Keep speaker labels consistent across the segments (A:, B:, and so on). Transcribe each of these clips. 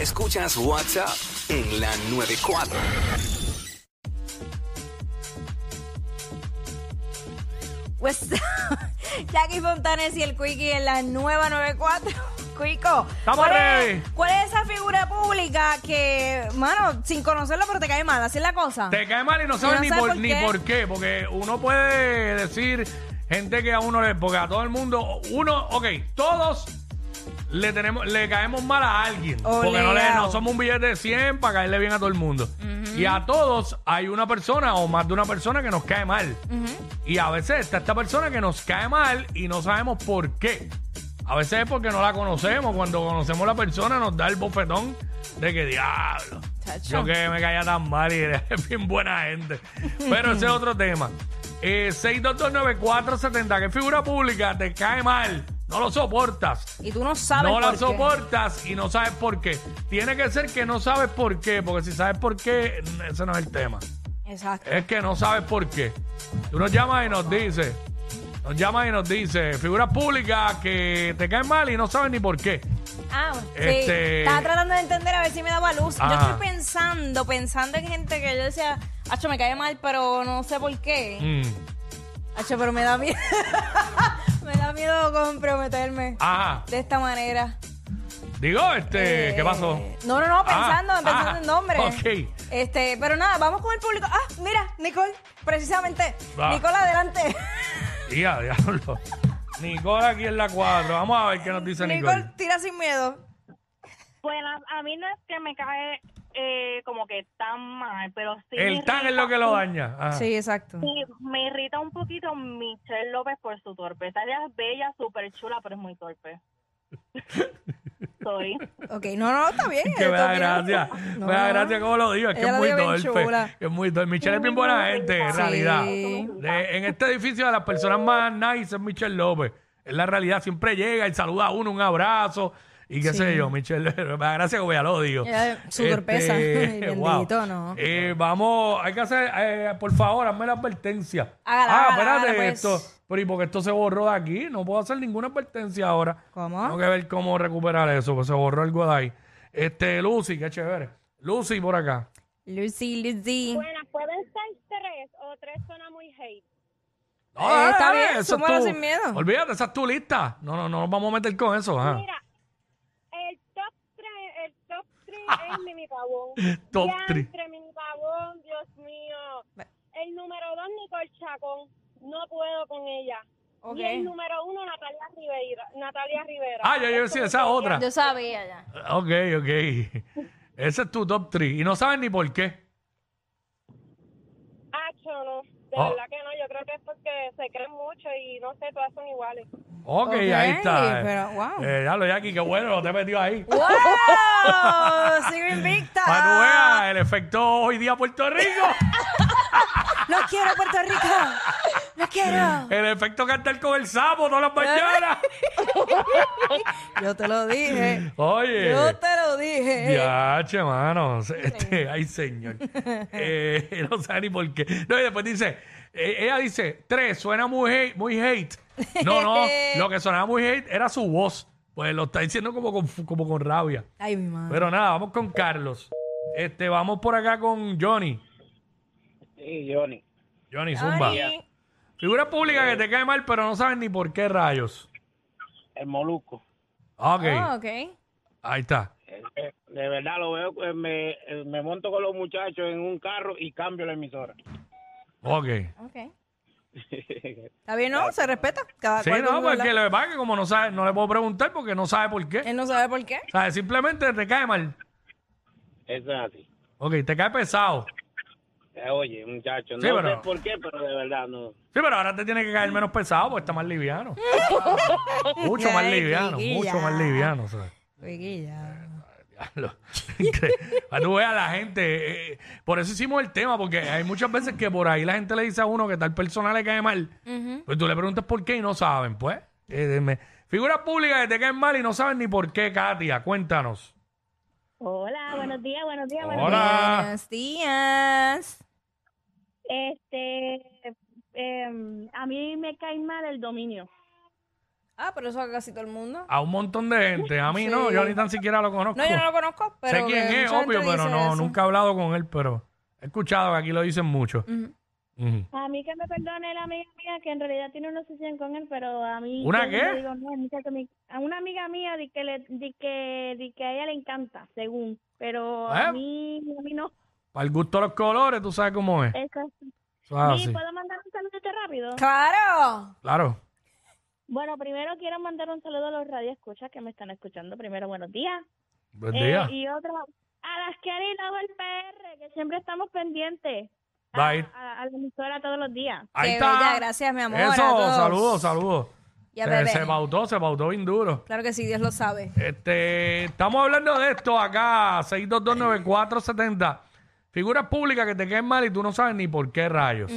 A: Escuchas WhatsApp en la 94.
B: What's up? Pues, Jackie Fontanes y el Quickie en la nueva 94. Quico,
C: Estamos
B: ¿cuál
C: ready.
B: es, ¿cuál es esa figura pública que, mano, sin conocerlo pero te cae mal? Así es la cosa.
C: Te cae mal y no
B: Ah.
C: sabes
B: no
C: ni,
B: sé
C: por,
B: por
C: ni
B: qué.
C: por qué, porque uno puede decir gente que a uno le, porque a todo el mundo, uno, ok, todos le tenemos, le caemos mal a alguien, porque no, le,
B: Obligado.
C: no somos un billete de 100 para caerle bien a todo el mundo. Y a todos hay una persona o más de una persona que nos cae mal. Y a veces está esta persona que nos cae mal y no sabemos por qué. A veces es porque no la conocemos. Cuando conocemos la persona nos da el bofetón de que diablo.
B: Chacho.
C: Yo que me caía tan mal y era bien buena gente. Pero ese es otro tema. Eh, 6229470, que figura pública te cae mal. No lo soportas.
B: Y tú no sabes
C: No
B: por
C: lo
B: qué.
C: soportas y no sabes por qué. Tiene que ser que no sabes por qué, porque si sabes por qué, n- ese no es el tema.
B: Exacto.
C: Es que no sabes por qué. Tú nos llamas y nos dices, nos llamas y nos dices, figuras públicas que te caen mal y no sabes ni por qué.
B: Ah, sí.
C: Eh, Este-
B: Estaba tratando de entender a ver si me daba luz. Yo
C: Ajá.
B: estoy pensando, pensando en gente que yo decía, Hacho, me cae mal, pero no sé por qué.
C: Mm.
B: Hacho, pero me da miedo. me da miedo comprometerme
C: Ajá.
B: de esta manera.
C: Digo, este, ¿qué pasó?
B: Eh, No, no, no, pensando,
C: Ah,
B: pensando
C: ah,
B: en nombres.
C: ok.
B: Este, pero nada, vamos con el público. Ah, mira, Nicole, precisamente.
C: Ah.
B: Nicole, adelante.
C: Ya, diablo. Nicole aquí en la 4. Vamos a ver qué nos dice Nicole.
B: Nicole, tira sin miedo.
D: Bueno, Pues, a mí no es que me cae eh, como que tan mal, pero sí. me
C: El tan es
D: irrita
C: lo que lo
D: un-
C: daña. Ah. Ajá.
B: Sí, exacto.
D: Sí, me irrita un poquito Michelle López por su torpeza. Ella es bella, súper chula, pero es muy torpe. Soy.
B: Ok, no, no, está bien.
C: Que
B: está
C: me da
B: bien.
C: gracia.
B: No,
C: me da
B: no,
C: gracia
B: no.
C: cómo lo digo. Es que
B: Ella
C: es
B: lo
C: muy
B: dijo bien
C: torpe.
B: chula.
C: Es muy torpe. Michelle es bien buena gente, en
D: Sí.
C: realidad.
B: Sí.
C: De- en este edificio, de las personas más nice es Michelle López. Es la realidad. Siempre llega y saluda a uno, un abrazo. Y qué sé yo, Michelle, me da gracia como ya lo digo. Este,
B: Ella, su torpeza. Ay, bendito, no.
C: Eh, vamos, hay que hacer, eh, por favor, hazme la advertencia.
B: Hágala,
C: ah,
B: hágala,
C: espérate,
B: hágala, pues.
C: esto. Pero y porque esto se borró de aquí, no puedo hacer ninguna advertencia ahora.
B: ¿Cómo?
C: Tengo que ver cómo recuperar eso, pues se borró algo de ahí. Este, Lucy, qué chévere. Lucy por acá.
B: Lucy, Lucy.
E: Bueno, pueden ser tres o tres suena muy hate.
C: No,
B: Eh,
C: dale,
B: está
C: dale,
B: bien,
C: eso es
B: súmalo
C: tu-
B: sin miedo.
C: Olvídate, esa es tu lista. No, no, no nos vamos a meter con eso. ajá.
E: Mira, el top tres, el top tres es Mimi Pavón.
C: Top three.
E: Entre Mimi Pavón, Dios mío.
B: Ve-
E: El número dos, Nicole Chacón. No puedo con ella.
B: Ok.
E: Y el número uno, Natalia Rivera. Natalia Rivera.
C: Ah, ya yo decía esa otra.
B: Yo sabía ya.
C: Ok, ok. Ese es tu top 3. Y no sabes ni por qué.
E: Ah, cho, no. De
C: Oh.
E: verdad que no. Yo creo que es porque se creen mucho y no sé, todas son iguales.
C: Ok,
B: Ok,
C: ahí está.
B: pero, wow.
C: Eh, ya lo Jackie, qué bueno, no te metió ahí.
B: ¡Wow! ¡Sigo invicta!
C: Para que veas el efecto hoy día Puerto Rico.
B: ¡Los quiero, Puerto Rico! ¡Los quiero!
C: El efecto cantar con el sapo todas las mañanas.
B: Yo te lo dije.
C: Oye.
B: Yo te lo dije.
C: Ya, che, mano. Este, ay, señor. Eh, no sabe ni por qué. No, y después dice, eh, ella dice, tres, suena muy hate, muy hate. No, no, lo que sonaba muy hate era su voz. Pues lo está diciendo como con, como con rabia.
B: Ay, mi madre.
C: Pero nada, vamos con Carlos. Este, vamos por acá con Johnny.
F: Sí, Johnny.
C: Johnny Zumba.
B: Ay.
C: Figura pública que te cae mal, pero no sabes ni por qué rayos.
F: El molusco.
C: Ok,
B: Ah, ok.
C: ahí está.
F: Eh, De verdad lo veo, eh, me, eh, me monto con los muchachos en un carro y cambio la emisora.
C: Ok.
B: Ok. Está bien, ¿no? Se respeta. Cada
C: Sí,
B: cual con
C: no,
B: su
C: porque
B: verdad.
C: lo que pasa es que como no sabe, no le puedo preguntar porque no sabe por qué.
B: Él no sabe por qué.
C: O sea, simplemente te cae mal.
F: Eso es así.
C: Ok, te cae pesado.
F: Eh, Oye, muchachos,
C: Sí,
F: no
C: pero-
F: sé por qué, pero de verdad no.
C: Sí, pero ahora te tiene que caer menos pesado porque está más liviano. mucho más
B: Ay,
C: liviano,
B: chiquilla.
C: mucho más liviano. o sea.
B: Oiguilla.
C: Diablo. Incre- Para tú veas a la gente. eh, por eso hicimos el tema, porque hay muchas veces que por ahí la gente le dice a uno que tal persona le cae mal. Pues tú le preguntas por qué y no saben, pues. Eh, me- Figuras públicas que te caen mal y no saben ni por qué, Katia. Cuéntanos.
E: Hola, buenos días, buenos días,
C: buenos Hola.
B: Buenos días.
E: em, Este, a mí me cae mal el dominio.
B: Ah, pero eso a casi todo el mundo.
C: A un montón de gente. A mí
B: Sí.
C: no, yo ni tan siquiera lo conozco.
B: No, yo no lo conozco, pero.
C: sé quién
B: que
C: es,
B: mucha
C: obvio,
B: gente
C: pero
B: dice
C: no,
B: eso.
C: nunca he hablado con él, pero he escuchado que aquí lo dicen mucho.
B: Ujú.
C: Ujú.
E: A mí que me perdone la amiga mía que en realidad tiene una obsesión con él, pero a mí...
C: ¿Una
E: yo
C: qué?
E: le digo, no, mira que mi- a una amiga mía di que, le, di que, di que a ella le encanta, según, pero
C: ¿Eh?
E: a mí, a mí no.
C: Para el gusto de los colores, tú sabes cómo es.
E: Eso
C: Eso
E: es-
C: es
E: Sí, pues.
C: así.
E: ¿Puedo mandar un saludito rápido?
B: Claro.
C: Claro.
E: Bueno, primero quiero mandar un saludo a los radioescuchas que me están escuchando. Primero, buenos días.
C: Buen
E: Eh,
C: día.
E: y otro, a las que han ido al PR, que siempre estamos pendientes.
C: Va
E: A,
C: a ir.
E: a- a la emisora todos los días.
C: Ahí
B: Qué
C: está.
B: bella, gracias, mi amor, a
C: Eso,
B: todos.
C: saludos, saludos.
B: Y a
C: Se,
B: Bebé.
C: se pautó, se pautó bien duro.
B: Claro que sí, Dios lo sabe.
C: Este, estamos hablando de esto acá, 6229470. Figuras públicas que te caen mal y tú no sabes ni por qué rayos.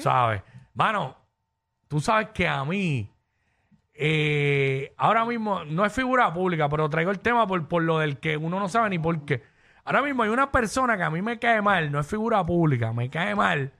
C: ¿Sabes? Mano, tú sabes que a mí, eh, ahora mismo, no es figura pública, pero traigo el tema por, por lo del que uno no sabe ni por qué. Ahora mismo hay una persona que a mí me cae mal, no es figura pública, me cae mal.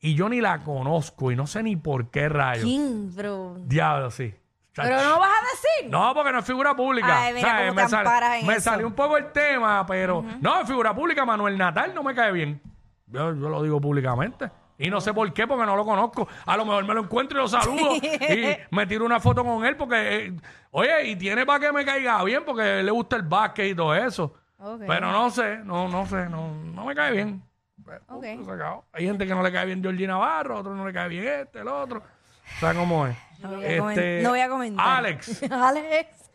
C: Y yo ni la conozco y no sé ni por qué rayos.
B: ¿Quién, bro?
C: Diablo, sí.
B: Pero no vas a decir.
C: No, porque no es figura pública.
B: Ay, mira
C: ¿Sabes?
B: cómo
C: me
B: te amparas en
C: me
B: eso.
C: salió un poco el tema, pero. No, es figura pública, Manuel Natal no me cae bien. Yo, yo lo digo públicamente. Y no sé por qué, porque no lo conozco. A lo mejor me lo encuentro y lo saludo. y me tiro una foto con él, porque. eh, oye, y tiene para que me caiga bien, porque le gusta el básquet y todo eso.
B: Ok.
C: Pero no sé, no, no sé, no, no me cae bien. Pues,
B: Ok.
C: Se acabó. Hay gente que no le cae bien Georgina Navarro, otro no le cae bien este, el otro. ¿Sabes cómo es? Este,
B: No voy a comen- no voy a comentar.
C: Alex,
B: Alex.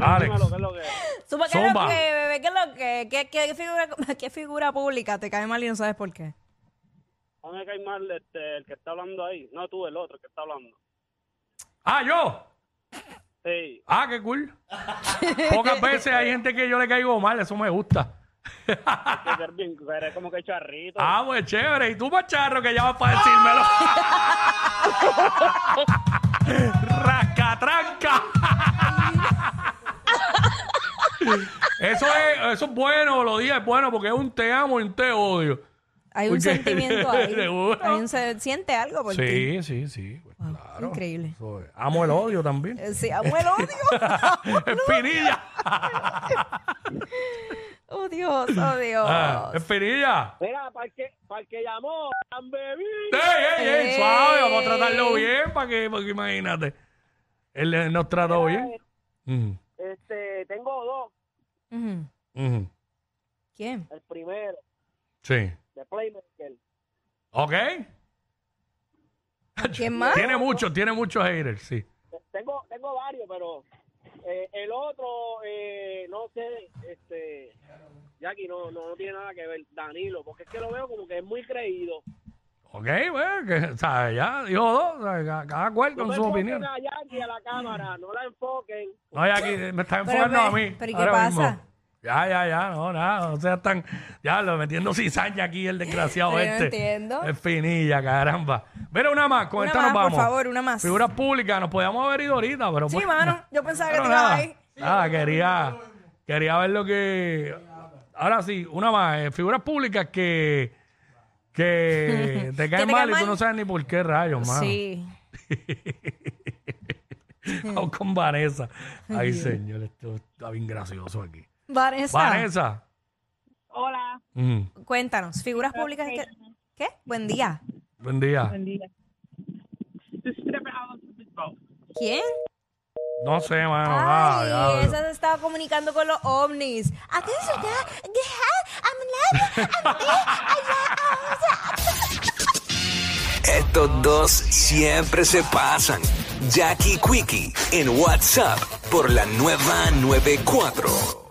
C: Alex.
F: Dímelo, ¿qué es lo que es?
B: Zumba, ¿qué es lo
C: Zumba.
B: que, bebé? ¿Qué es lo que? ¿Qué, qué figura, qué figura pública te cae mal y no sabes por qué?
F: A mí me cae mal este, el que está hablando ahí. No tú, el otro que está hablando.
C: Ah, yo.
F: Sí.
C: Ah, qué cool. Pocas veces hay gente que yo le caigo mal, eso me gusta.
F: que ser bien- pero es como que charrito.
C: Ah, pues chévere. Y tú, macharro, que ya vas para decírmelo. Rascatranca. eso, es, eso es bueno, lo dije, es bueno porque es un te amo y un te odio.
B: Hay un
C: Porque-
B: sentimiento ahí.
C: Seguro.
B: Hay un se- siente algo por ti.
C: Sí, sí, sí. pues claro.
B: increíble.
C: Eso es. Amo el odio también.
B: Eh, Sí, amo el odio.
C: Espinilla.
B: oh, Dios, oh, Dios.
C: Ah, Espinilla.
F: Mira, para el que, para el que llamó, tan bebí.
C: ¡Ey, ey, ey!
B: Ey.
C: Suave, vamos a tratarlo bien para que, porque imagínate. Él eh, nos trató bien. Ujú,
F: Este, tengo dos.
B: Ujú.
C: ujú.
B: ¿Quién?
F: El primero,
C: Sí.
F: de Playmaker.
C: ¿Ok?
B: ¿Quién más?
C: Tiene muchos, tiene muchos haters, sí.
F: Tengo, tengo varios, pero eh, el otro, eh, no sé, este, Jackie, no, no, no tiene nada que ver, Danilo, porque es que lo veo como que es muy creído.
C: Ok, bueno, que, ¿sabes? Ya, dijo dos, ¿sabes? Ca- Cada, cual
F: No
C: con
F: me
C: su
F: enfoquen
C: opinión.
F: a Jackie a la cámara, no la enfoquen.
C: No, ya aquí eh, me está enfocando
B: ve,
C: a mí.
B: pero ¿y qué
C: ahora
B: pasa?
C: mismo. Ya, ya, ya, no, nada, o sea, están, ya, lo metiendo cizaña aquí el desgraciado
B: Pero yo no
C: este.
B: entiendo.
C: Es finilla, caramba. Pero una más, con
B: Una
C: esta nos
B: más, por
C: vamos.
B: favor, una más.
C: Figuras públicas, nos podíamos haber ido ahorita, pero.
B: Sí,
C: pues,
B: mano. Yo pensaba que
C: pero
B: te iba
C: nada,
B: ahí.
C: nada, quería, quería ver lo que. Ahora sí, una más, eh, figuras públicas que. que te caen
B: te caen
C: mal y tú
B: mal.
C: no sabes ni por qué rayos, mano.
B: Sí.
C: Vamos con Vanessa. Ay, señor, esto está bien gracioso aquí.
B: Vanessa,
C: Vanessa.
E: Hola.
C: Mm,
B: cuéntanos. Figuras públicas que... ¿Qué? Buen día.
C: buen día.
B: ¿Quién?
C: No sé, mano. ah,
B: Ay,
C: diablo.
B: esa se estaba comunicando con los ovnis. Atención, ya, deja, I'm love,
A: Estos dos siempre se pasan. Jackie Quickie en WhatsApp por la nueva 94.